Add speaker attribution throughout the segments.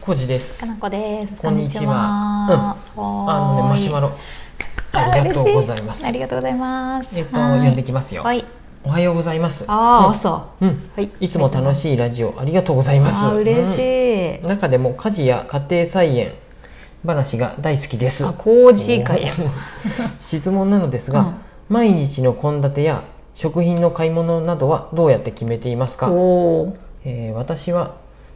Speaker 1: コジです
Speaker 2: かなこです。
Speaker 1: こんにちは
Speaker 2: あ
Speaker 1: あのねマシュマ
Speaker 2: ロ。
Speaker 1: ロありがとうございます
Speaker 2: ありがとうございます。
Speaker 1: えっと
Speaker 2: はーい
Speaker 1: 呼んできますよ
Speaker 2: はい。
Speaker 1: おはようございます
Speaker 2: ああ、
Speaker 1: うん
Speaker 2: そう。
Speaker 1: うん
Speaker 2: はい。
Speaker 1: いつも楽
Speaker 2: い
Speaker 1: しいラジオありがとうございます
Speaker 2: あー、嬉し
Speaker 1: い、
Speaker 2: い。
Speaker 1: うん中でも家事や家庭菜園話が大好きです
Speaker 2: あ、工事会や。
Speaker 1: 質問なのですが、
Speaker 2: うん
Speaker 1: 毎日の献立や食品の買い物などはどうやって決めていますか、
Speaker 2: おお。
Speaker 1: えー私は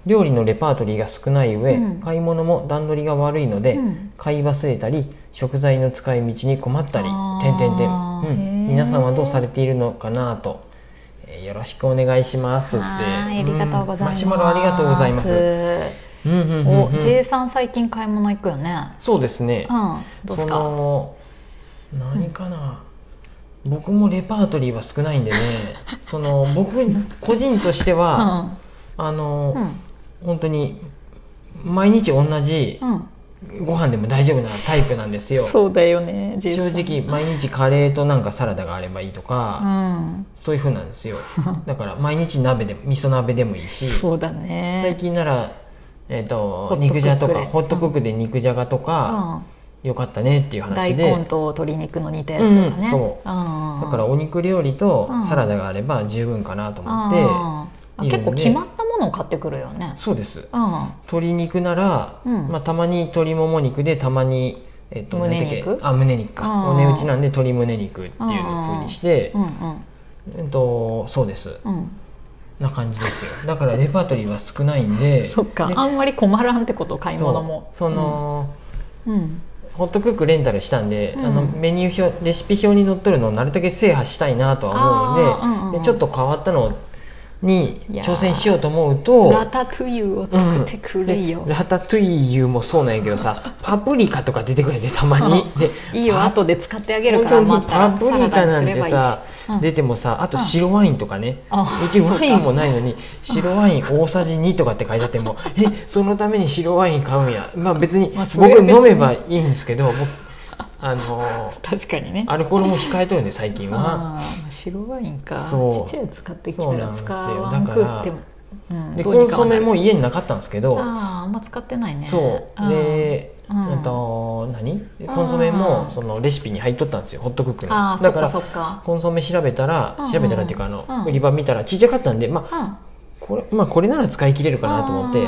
Speaker 1: 料理のレパートリーが少ない上、
Speaker 2: うん
Speaker 1: 買い物も段取りが悪いので、
Speaker 2: うん
Speaker 1: 買い忘れたり食材の使い道に困ったり
Speaker 2: あー
Speaker 1: 点々
Speaker 2: へ
Speaker 1: 点うん
Speaker 2: ー
Speaker 1: 皆さんはどうされているのかなと、えーよろしくお願いしますって
Speaker 2: はーいありがとうございます。
Speaker 1: んマシュマロありがとうございます、うんうんうんうん
Speaker 2: お、J さん最近買い物行くよね。
Speaker 1: そうですね
Speaker 2: うん。どうす
Speaker 1: そ
Speaker 2: か。
Speaker 1: の何かな、僕もレパートリーは少ないんでねその僕個人として
Speaker 2: う
Speaker 1: は、
Speaker 2: ん。
Speaker 1: あの、
Speaker 2: うん。
Speaker 1: 本当に毎日同じ
Speaker 2: うん。
Speaker 1: ご飯でも大丈夫なタイプなんですよ
Speaker 2: そうだよね。J
Speaker 1: 正
Speaker 2: さん。
Speaker 1: 直毎日カレーとなんかサラダがあればいいと
Speaker 2: う
Speaker 1: か、
Speaker 2: ん。
Speaker 1: そういう風なんですよだから毎日鍋でも味噌鍋でもいいし
Speaker 2: そうだ
Speaker 1: 最
Speaker 2: ね。
Speaker 1: 近なら、えっと
Speaker 2: ホットクックで
Speaker 1: 肉じゃとかホットクックで肉じゃがとか、よかったねっていう
Speaker 2: うん。
Speaker 1: 話
Speaker 2: 大
Speaker 1: で
Speaker 2: 根と鶏肉の煮たやつとか
Speaker 1: うん
Speaker 2: ね。
Speaker 1: そ
Speaker 2: うん。
Speaker 1: だからお肉料理と
Speaker 2: うん
Speaker 1: サラダがあれば十分かなと思って、
Speaker 2: あーあ
Speaker 1: いるんで
Speaker 2: 結構決まったものを買ってくるよね
Speaker 1: そうです
Speaker 2: うん
Speaker 1: 鶏肉なら、
Speaker 2: うん
Speaker 1: まあ、たまに鶏もも肉でたまに、えっと、
Speaker 2: 胸
Speaker 1: 何だっけ
Speaker 2: 肉
Speaker 1: あ胸肉か、
Speaker 2: うん
Speaker 1: お値打ちなんで鶏胸肉っていうふうにして
Speaker 2: う、ん
Speaker 1: えっと、そうです
Speaker 2: うんうん
Speaker 1: な感じですよだからレパートリーは少ないんで
Speaker 2: そっか
Speaker 1: で
Speaker 2: あんまり困らんってこと買い物も
Speaker 1: そうその、
Speaker 2: うん
Speaker 1: ホットクックレンタルしたんで、
Speaker 2: うん
Speaker 1: あのメニュー表レシピ表に載っとるのをなるだけ制覇したいなとは思うので,、
Speaker 2: あーうんうんうん
Speaker 1: でちょっと変わったのに
Speaker 2: いやー
Speaker 1: 挑戦しようと思う
Speaker 2: うん
Speaker 1: と
Speaker 2: ラタトゥイユを作ってくれよ
Speaker 1: でラタトゥイユもそうなんやけどさパプリカとか出てくれてたまにで
Speaker 2: いいよ
Speaker 1: パ
Speaker 2: 後で使ってあげる
Speaker 1: 本
Speaker 2: から
Speaker 1: 当に
Speaker 2: ま
Speaker 1: パ
Speaker 2: た
Speaker 1: プ
Speaker 2: サ
Speaker 1: リ
Speaker 2: ラ
Speaker 1: カ
Speaker 2: ダ
Speaker 1: な
Speaker 2: に
Speaker 1: ん
Speaker 2: すれ
Speaker 1: て
Speaker 2: ばいいし
Speaker 1: さ
Speaker 2: うん
Speaker 1: 出てもさあと
Speaker 2: うん
Speaker 1: 白ワインとかね
Speaker 2: あ
Speaker 1: うちワイン
Speaker 2: そ
Speaker 1: も
Speaker 2: うか
Speaker 1: ないのに白ワイン大さじ2とかって書いてあってもえそのために白ワイン買うんやまあ別に
Speaker 2: まあそれ
Speaker 1: 僕
Speaker 2: は別に
Speaker 1: 飲めばいいんですけど僕あのー
Speaker 2: 確かにね
Speaker 1: アルコールも控えとるんで最近は。
Speaker 2: あー白ワインか
Speaker 1: そう
Speaker 2: ちっちゃいやつ買ってきたら使わ
Speaker 1: そうなん
Speaker 2: ん
Speaker 1: ですよ
Speaker 2: く
Speaker 1: だから
Speaker 2: ってもうん
Speaker 1: で
Speaker 2: ど
Speaker 1: コ
Speaker 2: うに
Speaker 1: ン
Speaker 2: か
Speaker 1: ソ
Speaker 2: はな
Speaker 1: メ
Speaker 2: る
Speaker 1: も家になかったんですけど
Speaker 2: あーあんま使ってないね
Speaker 1: そうで、
Speaker 2: うん
Speaker 1: えっと何コンソメ
Speaker 2: う
Speaker 1: も
Speaker 2: ん
Speaker 1: そのレシピに入っとったんですよホットクック
Speaker 2: あ
Speaker 1: の
Speaker 2: あそ
Speaker 1: だ
Speaker 2: っ
Speaker 1: か
Speaker 2: かそ
Speaker 1: ら
Speaker 2: っか
Speaker 1: コンソメ調べたら
Speaker 2: うんうん
Speaker 1: 調べたらっていうかあの、
Speaker 2: うん
Speaker 1: 売り場見たらちっちゃかったんでまあ
Speaker 2: うん
Speaker 1: これ,、まあ、これなら使い切れるかなと思
Speaker 2: あ
Speaker 1: って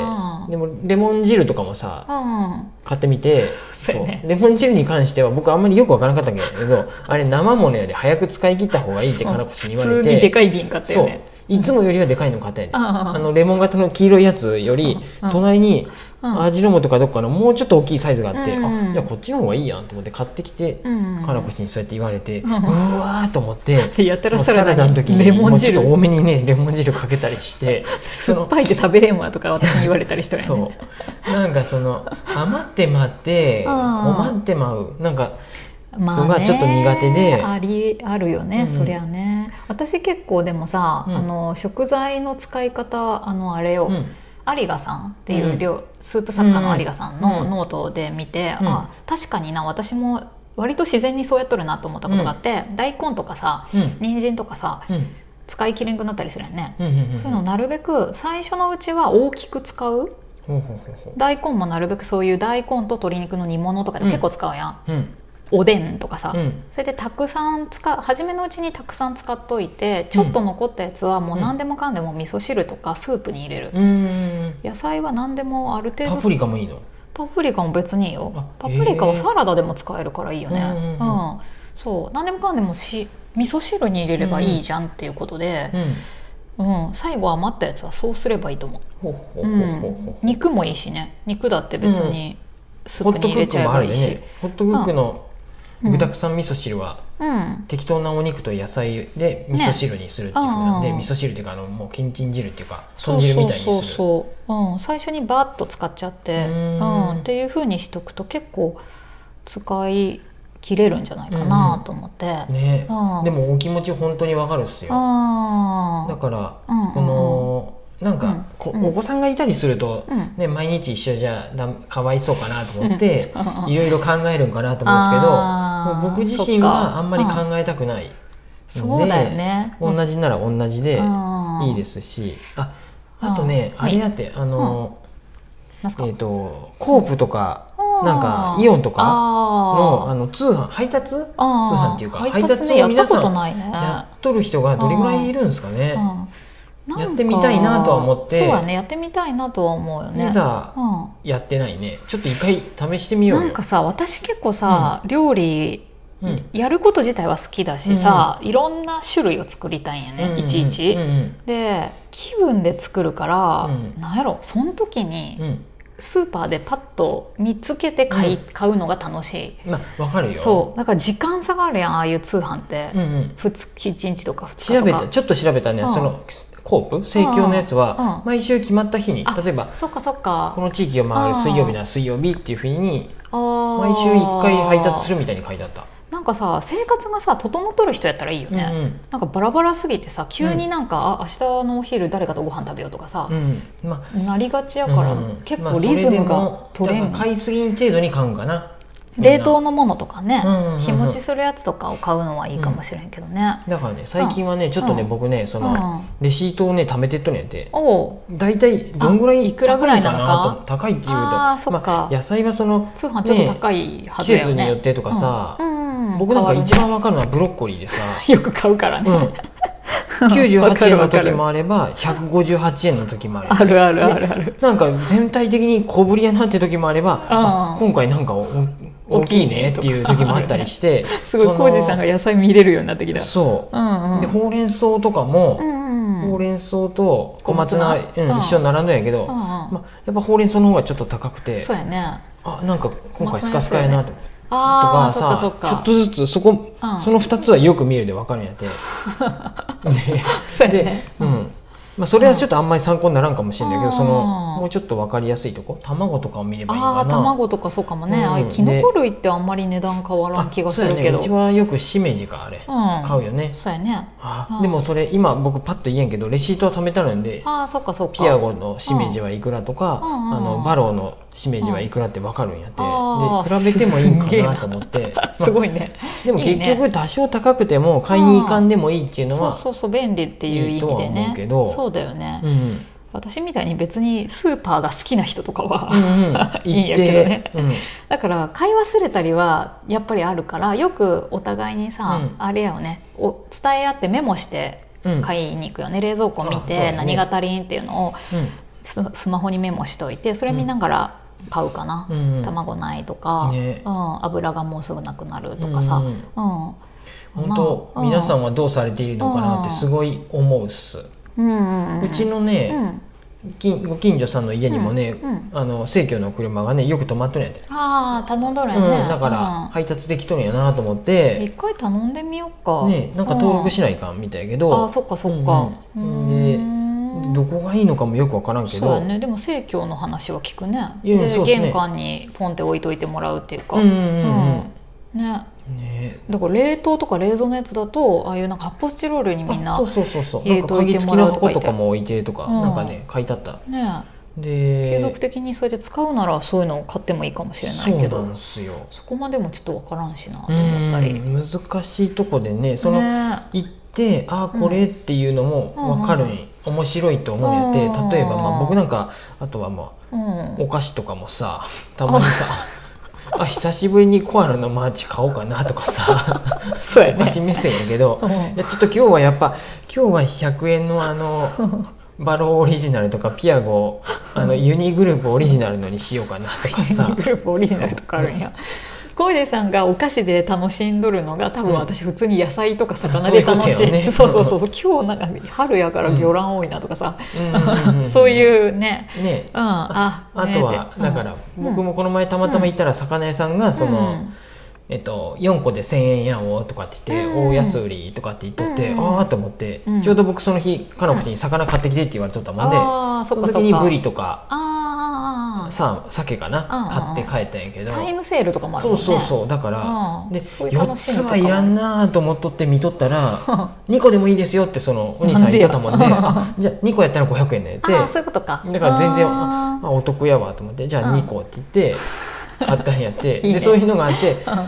Speaker 2: ー
Speaker 1: でもレモン汁とかもさ
Speaker 2: うん
Speaker 1: 買ってみて
Speaker 2: そうやね
Speaker 1: レモン汁に関しては僕あんまりよくわからなかったんだけどあれ生ものより早く使い切った方がいいってかなこちに言われて
Speaker 2: 普通にでかい瓶買った
Speaker 1: そ
Speaker 2: よ
Speaker 1: う
Speaker 2: ね
Speaker 1: いつもよりはでかいの買ったんやで、
Speaker 2: ああ
Speaker 1: あのレモン型の黄色いやつより
Speaker 2: うん
Speaker 1: 隣に
Speaker 2: うん
Speaker 1: 味の素かどっかのもうちょっと大きいサイズがあって、
Speaker 2: うんうん
Speaker 1: あいやこっちの方がいいやんと思って買ってきて、
Speaker 2: うん
Speaker 1: かなこちにそうやって言われて、う
Speaker 2: うん
Speaker 1: わーと思 って
Speaker 2: でやた
Speaker 1: も
Speaker 2: ら
Speaker 1: う
Speaker 2: サ
Speaker 1: サラ
Speaker 2: ラ
Speaker 1: ダ
Speaker 2: ダ
Speaker 1: の
Speaker 2: に
Speaker 1: 時に
Speaker 2: レモ
Speaker 1: も
Speaker 2: ン
Speaker 1: うちょっ
Speaker 2: 汁
Speaker 1: と多めにねレモン汁かけたりして そ
Speaker 2: 酸っ
Speaker 1: の
Speaker 2: ぱいで食べれんわとか私に言われたりしたらね
Speaker 1: そうなんかその余ってまって
Speaker 2: ああ
Speaker 1: 困ってまうなんか
Speaker 2: ま
Speaker 1: 僕
Speaker 2: あ
Speaker 1: は
Speaker 2: ね
Speaker 1: ちょっと苦手で
Speaker 2: ありあるよね、
Speaker 1: うんうん
Speaker 2: そりゃね私結構でもさ、
Speaker 1: うん
Speaker 2: あの食材の使い方あのあれを、
Speaker 1: うん
Speaker 2: 有賀さんっていう料、スープ作家の有賀さんの
Speaker 1: うん
Speaker 2: ノートで見て、
Speaker 1: うん
Speaker 2: あ確かにな私も割と自然にそうやっとるなと思ったことがあって、大根とかさ
Speaker 1: うん
Speaker 2: 人参とかさ
Speaker 1: うん
Speaker 2: 使い切れんくなったりするよね、
Speaker 1: うんうんうん
Speaker 2: そういうのをなるべく最初のうちは大きく使う
Speaker 1: ほうほうほうほ
Speaker 2: 大根もなるべくそういう大根と鶏肉の煮物とかで
Speaker 1: うん
Speaker 2: 結構使うやん、
Speaker 1: ううん
Speaker 2: おでんとかさ、
Speaker 1: うん
Speaker 2: それでたくさん使う初めのうちにたくさん使っといてちょっと残ったやつはもう何でもかんでも味噌汁とかスープに入れる、
Speaker 1: うーん
Speaker 2: 野菜は何でもある程度
Speaker 1: パプリカもいいの
Speaker 2: パプリカも別にいいよ
Speaker 1: あ
Speaker 2: パプリカは
Speaker 1: へえ
Speaker 2: サラダでも使えるからいいよね、
Speaker 1: うんうんうん
Speaker 2: うんそう何でもかんでもし味噌汁に入れればいいじゃんっていうことで、
Speaker 1: うん
Speaker 2: うん最後余ったやつはそうすればいいと思う
Speaker 1: ほうほう
Speaker 2: う
Speaker 1: ほうほうほ
Speaker 2: ん
Speaker 1: う、
Speaker 2: 肉もいいしね肉だって別にス
Speaker 1: ホ
Speaker 2: ー
Speaker 1: ッ
Speaker 2: プ
Speaker 1: ト
Speaker 2: に
Speaker 1: ク
Speaker 2: 入れ
Speaker 1: ッ
Speaker 2: ち
Speaker 1: ク
Speaker 2: ゃえ
Speaker 1: もあ
Speaker 2: ば
Speaker 1: る
Speaker 2: い
Speaker 1: よ
Speaker 2: いし
Speaker 1: ねホットクックの
Speaker 2: うん
Speaker 1: 具沢山味噌汁は
Speaker 2: うん
Speaker 1: 適当なお肉と野菜で味噌汁にするっていう風なんで、
Speaker 2: ねうんうん
Speaker 1: 味噌汁っていうかあのもうけんちん汁っていうか豚汁みたいにする
Speaker 2: そうそうそうそう、うん、最初にバーッと使っちゃって
Speaker 1: う
Speaker 2: う
Speaker 1: ーん
Speaker 2: ん、っていうふうにしとくと結構使い切れるんじゃないかなと思って、
Speaker 1: ね
Speaker 2: うん
Speaker 1: でもお気持ち本当にわかるっすよ
Speaker 2: あ
Speaker 1: だ
Speaker 2: あ
Speaker 1: から
Speaker 2: うんうんうん
Speaker 1: このなん
Speaker 2: うん
Speaker 1: かこ
Speaker 2: うん
Speaker 1: お子さんがいたりすると
Speaker 2: うん
Speaker 1: ね毎日一緒じゃだかわいそうかなと思って
Speaker 2: うんうんうん
Speaker 1: いろいろ考えるんかなと思うんですけど
Speaker 2: あー
Speaker 1: もう僕自身
Speaker 2: そっ
Speaker 1: は
Speaker 2: か
Speaker 1: あんまり考えたくないの
Speaker 2: そうだよ
Speaker 1: で
Speaker 2: ね
Speaker 1: 同じなら同じで
Speaker 2: うん
Speaker 1: いいですしああとね
Speaker 2: うん
Speaker 1: あれやってあの
Speaker 2: なんすか
Speaker 1: えっとコープとか、なんかイ
Speaker 2: ン
Speaker 1: オンとかのあ
Speaker 2: の
Speaker 1: の通販配達通販っていうか
Speaker 2: 配達
Speaker 1: 配達
Speaker 2: ね
Speaker 1: を
Speaker 2: やっ
Speaker 1: 皆
Speaker 2: た
Speaker 1: さん
Speaker 2: ことないね
Speaker 1: やっとる人がどれぐらいいるんですかね、
Speaker 2: うんなんか
Speaker 1: やってみたいなとは思って
Speaker 2: そうやねやってみたいなとは思うよね
Speaker 1: いざ
Speaker 2: うん
Speaker 1: やってないねちょっと一回試してみよう
Speaker 2: な
Speaker 1: よ
Speaker 2: んかさ私結構さ、料理
Speaker 1: うん
Speaker 2: やること自体は好きだしさ、いろんな種類を作りたいんやね、
Speaker 1: うんうん
Speaker 2: いちいち、
Speaker 1: うんうん
Speaker 2: で気分で作るから、
Speaker 1: うん
Speaker 2: なんやろその時に
Speaker 1: うん
Speaker 2: スーパーでパッと見つけて買い、
Speaker 1: うん
Speaker 2: 買うのが楽し
Speaker 1: まあわかる
Speaker 2: い
Speaker 1: よ
Speaker 2: そうだから時間差があるやんああいう通販って、
Speaker 1: うんうん
Speaker 2: 二日1日とか2日
Speaker 1: 調
Speaker 2: と
Speaker 1: べ
Speaker 2: か
Speaker 1: たちょっと調べたね、
Speaker 2: うん
Speaker 1: そのコープ生協のやつは、
Speaker 2: うん
Speaker 1: 毎週決まった日に
Speaker 2: あ
Speaker 1: 例えば
Speaker 2: そっかそっ
Speaker 1: こ
Speaker 2: か
Speaker 1: の地域を回る
Speaker 2: うん
Speaker 1: 水曜日なら水曜日っていうふうに毎
Speaker 2: 毎
Speaker 1: 週1回配達するみたいに書いてあった、
Speaker 2: なんかさ生活がさ整っとる人やったらいいよね、なんかバラバラすぎてさ急になんか、あ明日のお昼誰かとご飯食べようとかさ
Speaker 1: うん、うんうんまあ
Speaker 2: なりがちやから、
Speaker 1: うん
Speaker 2: 結
Speaker 1: まあ
Speaker 2: 構リズムが
Speaker 1: それ
Speaker 2: 取
Speaker 1: で
Speaker 2: れ
Speaker 1: も
Speaker 2: ん、
Speaker 1: だから買いすぎん程度に買うんかな
Speaker 2: 冷凍
Speaker 1: の
Speaker 2: のものとかね、
Speaker 1: うんうんうん
Speaker 2: 日持ちするやつとかを買うのはいいかもしれんけどね、
Speaker 1: だからね最近はねちょっとね、
Speaker 2: うん
Speaker 1: 僕ねそ
Speaker 2: うん
Speaker 1: の、レシートをね貯めてっとるんやって
Speaker 2: おう
Speaker 1: 大体どんぐら
Speaker 2: あ
Speaker 1: い
Speaker 2: いくらぐらいなのか
Speaker 1: 高いのかなと高いっていうと
Speaker 2: あーそっか
Speaker 1: まあ、野菜はその
Speaker 2: 通販ちょっと高いは
Speaker 1: 季
Speaker 2: ずやよ
Speaker 1: 節
Speaker 2: ね
Speaker 1: によってとかさ、
Speaker 2: うんうん
Speaker 1: 僕なんか一
Speaker 2: 変わ
Speaker 1: 番わかるのはブロッコリーでさ、
Speaker 2: るねよく買うから
Speaker 1: う
Speaker 2: ね、
Speaker 1: ん、
Speaker 2: わか
Speaker 1: 98円
Speaker 2: る
Speaker 1: の
Speaker 2: わか
Speaker 1: 時
Speaker 2: る
Speaker 1: もあれば158円の時もある
Speaker 2: あるあるあるある、
Speaker 1: なんか全体的に小ぶりやなって時もあれば、
Speaker 2: ん
Speaker 1: あ今回なんかおお大きいねっていう時もあったりして、
Speaker 2: すごい浩二さんが野菜見れるようになってきた
Speaker 1: そうう、
Speaker 2: んうん
Speaker 1: でほうれん草とか
Speaker 2: う
Speaker 1: も、
Speaker 2: んうん
Speaker 1: ほうれん草と小松菜、
Speaker 2: 小松菜
Speaker 1: うん
Speaker 2: うん
Speaker 1: 一緒に並んだんやけど、
Speaker 2: うんうん
Speaker 1: まあ、やっぱほうれん草の方がちょっと高くて
Speaker 2: そうやね
Speaker 1: あなんか今回スカスカやなとと
Speaker 2: あ
Speaker 1: か
Speaker 2: あそっかそ
Speaker 1: さちょっ
Speaker 2: っか
Speaker 1: とずつそこ、
Speaker 2: うん
Speaker 1: その2つはよく見るで分かるんやってで
Speaker 2: そうや
Speaker 1: で、
Speaker 2: ね
Speaker 1: うんまあ、それはちょっとあんまり参考にならんかもしれないけど、
Speaker 2: うん
Speaker 1: そのもうちょっと分かりやすいとこ卵とかを見ればいいの
Speaker 2: あ
Speaker 1: か
Speaker 2: あ
Speaker 1: な
Speaker 2: 卵とかそうかもね、
Speaker 1: うん
Speaker 2: ああいうキノコ類ってあんまり値段変わらん気がするけ
Speaker 1: あ
Speaker 2: ど
Speaker 1: そうやねうちはよくしめじかあれ、
Speaker 2: うん
Speaker 1: 買うよね
Speaker 2: そうやね
Speaker 1: あ
Speaker 2: うん
Speaker 1: でもそれ今僕パッと言えんけどレシートは貯めたので
Speaker 2: ああそっかそっか
Speaker 1: ピアゴのしめじはいくらとか、
Speaker 2: うんうんうん
Speaker 1: あのバローのしめじはいくらって分かるんやって、
Speaker 2: あー
Speaker 1: で比べてもいいんか
Speaker 2: すげえな
Speaker 1: なと思って、
Speaker 2: すごいね
Speaker 1: まあでも
Speaker 2: いい
Speaker 1: 結
Speaker 2: ね
Speaker 1: 局多少高くても買いに行かんでもいいっていうの
Speaker 2: そう
Speaker 1: は
Speaker 2: そうそう便利っていう意味で
Speaker 1: いいとは思
Speaker 2: ね
Speaker 1: うけど
Speaker 2: そうだよね、
Speaker 1: うん
Speaker 2: 私みたいに別にスーパーが好きな人とかは、
Speaker 1: うんうん
Speaker 2: いい
Speaker 1: 行
Speaker 2: んや
Speaker 1: っ
Speaker 2: けどね
Speaker 1: てうん
Speaker 2: だから買い忘れたりはやっぱりあるからよくお互いにさ、
Speaker 1: うん
Speaker 2: あれやよねお伝え合ってメモして
Speaker 1: うん
Speaker 2: 買いに行くよね、冷蔵庫見
Speaker 1: あそうや
Speaker 2: て
Speaker 1: ね
Speaker 2: 何が足りんっていうのを
Speaker 1: うん
Speaker 2: ススマホにメモしといてそれ見ながら買うかな、
Speaker 1: うん
Speaker 2: 卵ないとか、
Speaker 1: ね
Speaker 2: うん、油がもうすぐなくなるとかさ、
Speaker 1: うん
Speaker 2: う
Speaker 1: うんん本当、
Speaker 2: まあ
Speaker 1: 皆さんはどうされているのかなってすごい思うっす、
Speaker 2: うんうんん
Speaker 1: うちの
Speaker 2: う
Speaker 1: ね、
Speaker 2: ん
Speaker 1: 近ご近所さんの家にもね、
Speaker 2: うんうん
Speaker 1: あの生協の車がねよく止まっとるんやて、
Speaker 2: ああ頼んどるんや
Speaker 1: う
Speaker 2: ね、
Speaker 1: ん、だから配達できとるんやなと思って
Speaker 2: うん、一回頼んでみようか、
Speaker 1: ね、なんか登録しないかんみたいやけど、
Speaker 2: ああそっかそっか、
Speaker 1: う
Speaker 2: うんーん
Speaker 1: どこがいいのかもよくわからんけ
Speaker 2: そうだ
Speaker 1: ど、
Speaker 2: ねでも生協の話は聞くね
Speaker 1: いや
Speaker 2: で
Speaker 1: そうっすね
Speaker 2: 玄関にポンって置いといてもらうっていうか
Speaker 1: うんうんうん
Speaker 2: うんね
Speaker 1: うんね
Speaker 2: だから冷凍とか冷蔵のやつだとああいうなんか発泡スチロールにみん
Speaker 1: あ
Speaker 2: な
Speaker 1: そうそうそうそうな
Speaker 2: 入
Speaker 1: ん
Speaker 2: れ
Speaker 1: か
Speaker 2: とい
Speaker 1: 鍵
Speaker 2: て
Speaker 1: 付
Speaker 2: も
Speaker 1: き
Speaker 2: ら
Speaker 1: の
Speaker 2: う
Speaker 1: 箱
Speaker 2: とか言
Speaker 1: と
Speaker 2: って
Speaker 1: かも置いてとか、
Speaker 2: うん
Speaker 1: なんかね書いてあった
Speaker 2: ね
Speaker 1: で
Speaker 2: 継続的にそうやって使うならそういうのを買ってもいいかもしれないけ
Speaker 1: そうな
Speaker 2: ど
Speaker 1: んすよ
Speaker 2: そこまでもちょっとわからんしなと
Speaker 1: う
Speaker 2: 思ったりね
Speaker 1: ん難しいとこでねその、行ってああ
Speaker 2: うん
Speaker 1: これっていうのも分かるん、
Speaker 2: うんう
Speaker 1: 面白いと思うんやって、
Speaker 2: うん
Speaker 1: 例えば、まあ、僕なんかあとはま
Speaker 2: うん
Speaker 1: あ お菓子とかも さたまにさあ久しぶりにコアラのマーチ買おうかなとかさ
Speaker 2: そうや
Speaker 1: お菓子
Speaker 2: ね
Speaker 1: 目線やけど
Speaker 2: うん
Speaker 1: いやちょっと今日はやっぱ今日は100円のあのバローオリジナルとかピアゴあのユニグループオリジナルのにしようかなとかさ
Speaker 2: グループオリジナルとかあるんや小出さんがお菓子で楽しんどるのが多分私普通に野菜とか魚で楽し
Speaker 1: そういうことやね
Speaker 2: いそうそうそうそう今日なんか春やから魚卵多いなとかさ、
Speaker 1: うんうんうん
Speaker 2: そういうね
Speaker 1: ね
Speaker 2: うんあ
Speaker 1: あとはだから僕もこの前たまたま行ったら魚屋さんがその、えっと、4個で1,000円やおとかって言って、
Speaker 2: うん
Speaker 1: 大安売りとかって言っとって、
Speaker 2: うんうん
Speaker 1: ああと思って、
Speaker 2: うん
Speaker 1: ちょうど僕その日彼女に魚買ってきてって言われとったもんで、
Speaker 2: ああーそ
Speaker 1: そ
Speaker 2: っ
Speaker 1: の
Speaker 2: かそっか
Speaker 1: 時にブリとか
Speaker 2: あー
Speaker 1: さ鮭かな、
Speaker 2: うんうん
Speaker 1: 買って帰ったんやけど、
Speaker 2: タイムセールとかもある
Speaker 1: そ
Speaker 2: も
Speaker 1: うん
Speaker 2: ね
Speaker 1: そうそうだから、
Speaker 2: うん
Speaker 1: で
Speaker 2: そういう
Speaker 1: 4
Speaker 2: 楽しみ
Speaker 1: つ
Speaker 2: とかも
Speaker 1: はいらんなーと思っとって見とったら 2個でもいいですよってそのお兄さん言っとったもんで
Speaker 2: なん
Speaker 1: あ じゃあ2個やったら500円ねって
Speaker 2: ああそういうことか
Speaker 1: だから全然あ
Speaker 2: あ
Speaker 1: あお得やわと思ってじゃあ
Speaker 2: うん
Speaker 1: 2個って言って買ったんやって、
Speaker 2: いいね
Speaker 1: でそういうのがあって
Speaker 2: ー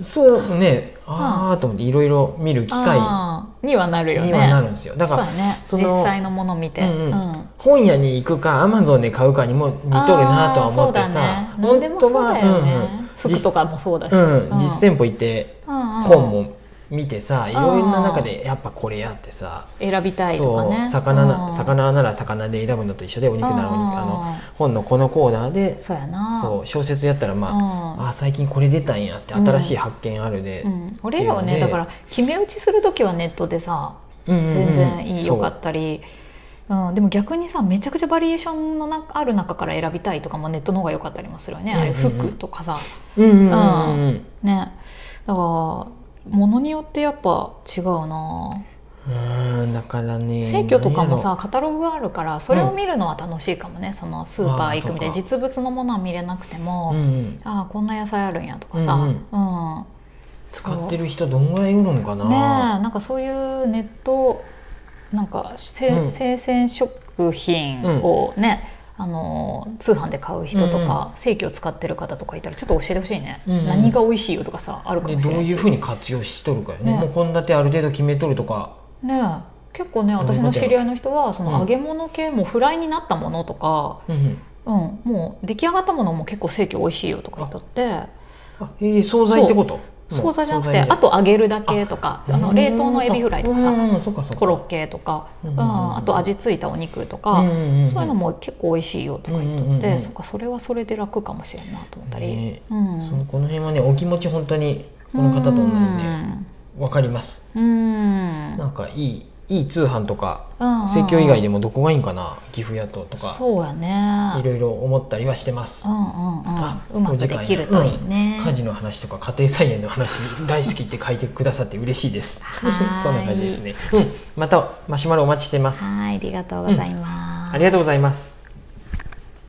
Speaker 1: そうねああと思っていろいろ見る機会
Speaker 2: あにはなるよね
Speaker 1: にはなるんですよだ
Speaker 2: そ
Speaker 1: か
Speaker 2: う
Speaker 1: ら
Speaker 2: だね
Speaker 1: そ
Speaker 2: 実
Speaker 1: の
Speaker 2: 際のもの見て、
Speaker 1: うんうん本屋に行くかアマゾンで買うかにも似とるなとは思って
Speaker 2: あ
Speaker 1: さ
Speaker 2: ーそうだね、何でもそうだよね、
Speaker 1: うんうん
Speaker 2: 服とかもそうだし、
Speaker 1: うん、実店舗行って本
Speaker 2: 本
Speaker 1: も見てさいろいろな中でやっぱこれやってさ
Speaker 2: 選びたいとか
Speaker 1: そ
Speaker 2: ね
Speaker 1: う魚な
Speaker 2: うん
Speaker 1: 魚なら魚で選ぶのと一緒でお肉ならお肉あの
Speaker 2: うん
Speaker 1: 本のこのコーナーで
Speaker 2: そうやな
Speaker 1: そう小説やったら
Speaker 2: う
Speaker 1: まあ
Speaker 2: ん
Speaker 1: あ最近これ出たんやって新しい発見あるで
Speaker 2: う、ん、俺らは
Speaker 1: っ
Speaker 2: ね
Speaker 1: ていう
Speaker 2: だ
Speaker 1: ので
Speaker 2: から決め打ちする時はネットでさ
Speaker 1: うんうんうん
Speaker 2: 全然いいよか
Speaker 1: そ
Speaker 2: ったり、うんでも逆にさめちゃくちゃバリエーションのなある中から選びたいとかもネットの方が良かったりもするよね、ああいう
Speaker 1: うんうんうん
Speaker 2: 服とかさ
Speaker 1: ううんうんうんうん
Speaker 2: ねだからものによってやっぱ違うな
Speaker 1: うーんだからね
Speaker 2: 選挙とかも
Speaker 1: なんや
Speaker 2: さカタログがあるからそれを見るのは楽しいかもね、そのスーパー行くみたい
Speaker 1: あー
Speaker 2: な
Speaker 1: そう
Speaker 2: 実物のものは見れなくて
Speaker 1: ろ
Speaker 2: も、
Speaker 1: うんうん
Speaker 2: ああこんな野菜あるんやとかさ、
Speaker 1: う
Speaker 2: うんん
Speaker 1: 使ってる人どんぐらいいるのか
Speaker 2: ねえ
Speaker 1: な、
Speaker 2: なんかそういうネットなんかせ、
Speaker 1: うん
Speaker 2: 生鮮食品をね、あの通販で買う人とか、正規を使ってる方とかいたらちょっと教えてほしいね、
Speaker 1: うんうん
Speaker 2: 何が美味しいよとかさあるか
Speaker 1: で
Speaker 2: もし
Speaker 1: ど
Speaker 2: れ
Speaker 1: う
Speaker 2: ないし
Speaker 1: いうふうに活用しとるかよね
Speaker 2: ね
Speaker 1: もう献立ある程度決めとるとか
Speaker 2: ねえ結構ね私の知り合いの人はその
Speaker 1: うん
Speaker 2: 揚げ物系もフライになったものとか、
Speaker 1: うんうん
Speaker 2: うんもう出来上がったものも結構正規美味しいよとか言っとって
Speaker 1: あえー、惣菜ってこと
Speaker 2: 惣菜じゃなくて
Speaker 1: もう
Speaker 2: あと揚げるだけとかあの冷凍のエビフライとかさ、
Speaker 1: うんうん、そっかそっか
Speaker 2: コロッケとか、
Speaker 1: うん
Speaker 2: う
Speaker 1: うんんうん
Speaker 2: あと味付いたお肉とか、
Speaker 1: うんんん
Speaker 2: そういうのも結構美味しいよとか言っとって、
Speaker 1: うんうんうん
Speaker 2: そっかそれはそれで楽かもしれんなと思ったり、
Speaker 1: ね
Speaker 2: うん、
Speaker 1: そうこの辺はねお気持ち本当にこの方と同じでわかります
Speaker 2: うんうん
Speaker 1: なんかいいいい通販とか
Speaker 2: うんうん
Speaker 1: 生協以外でもどこがいいんかな岐阜やととか
Speaker 2: そうやね
Speaker 1: いろいろ思ったりはしてます
Speaker 2: うんうんうん
Speaker 1: あ
Speaker 2: うまくできるといいね、
Speaker 1: 家事の話とか家庭菜園の話大好きって書いてくださって嬉しいです
Speaker 2: はーい
Speaker 1: そんな感じですねうんまたマシュマロお待ちしてます
Speaker 2: はいありがとうございます、
Speaker 1: ありがとうございます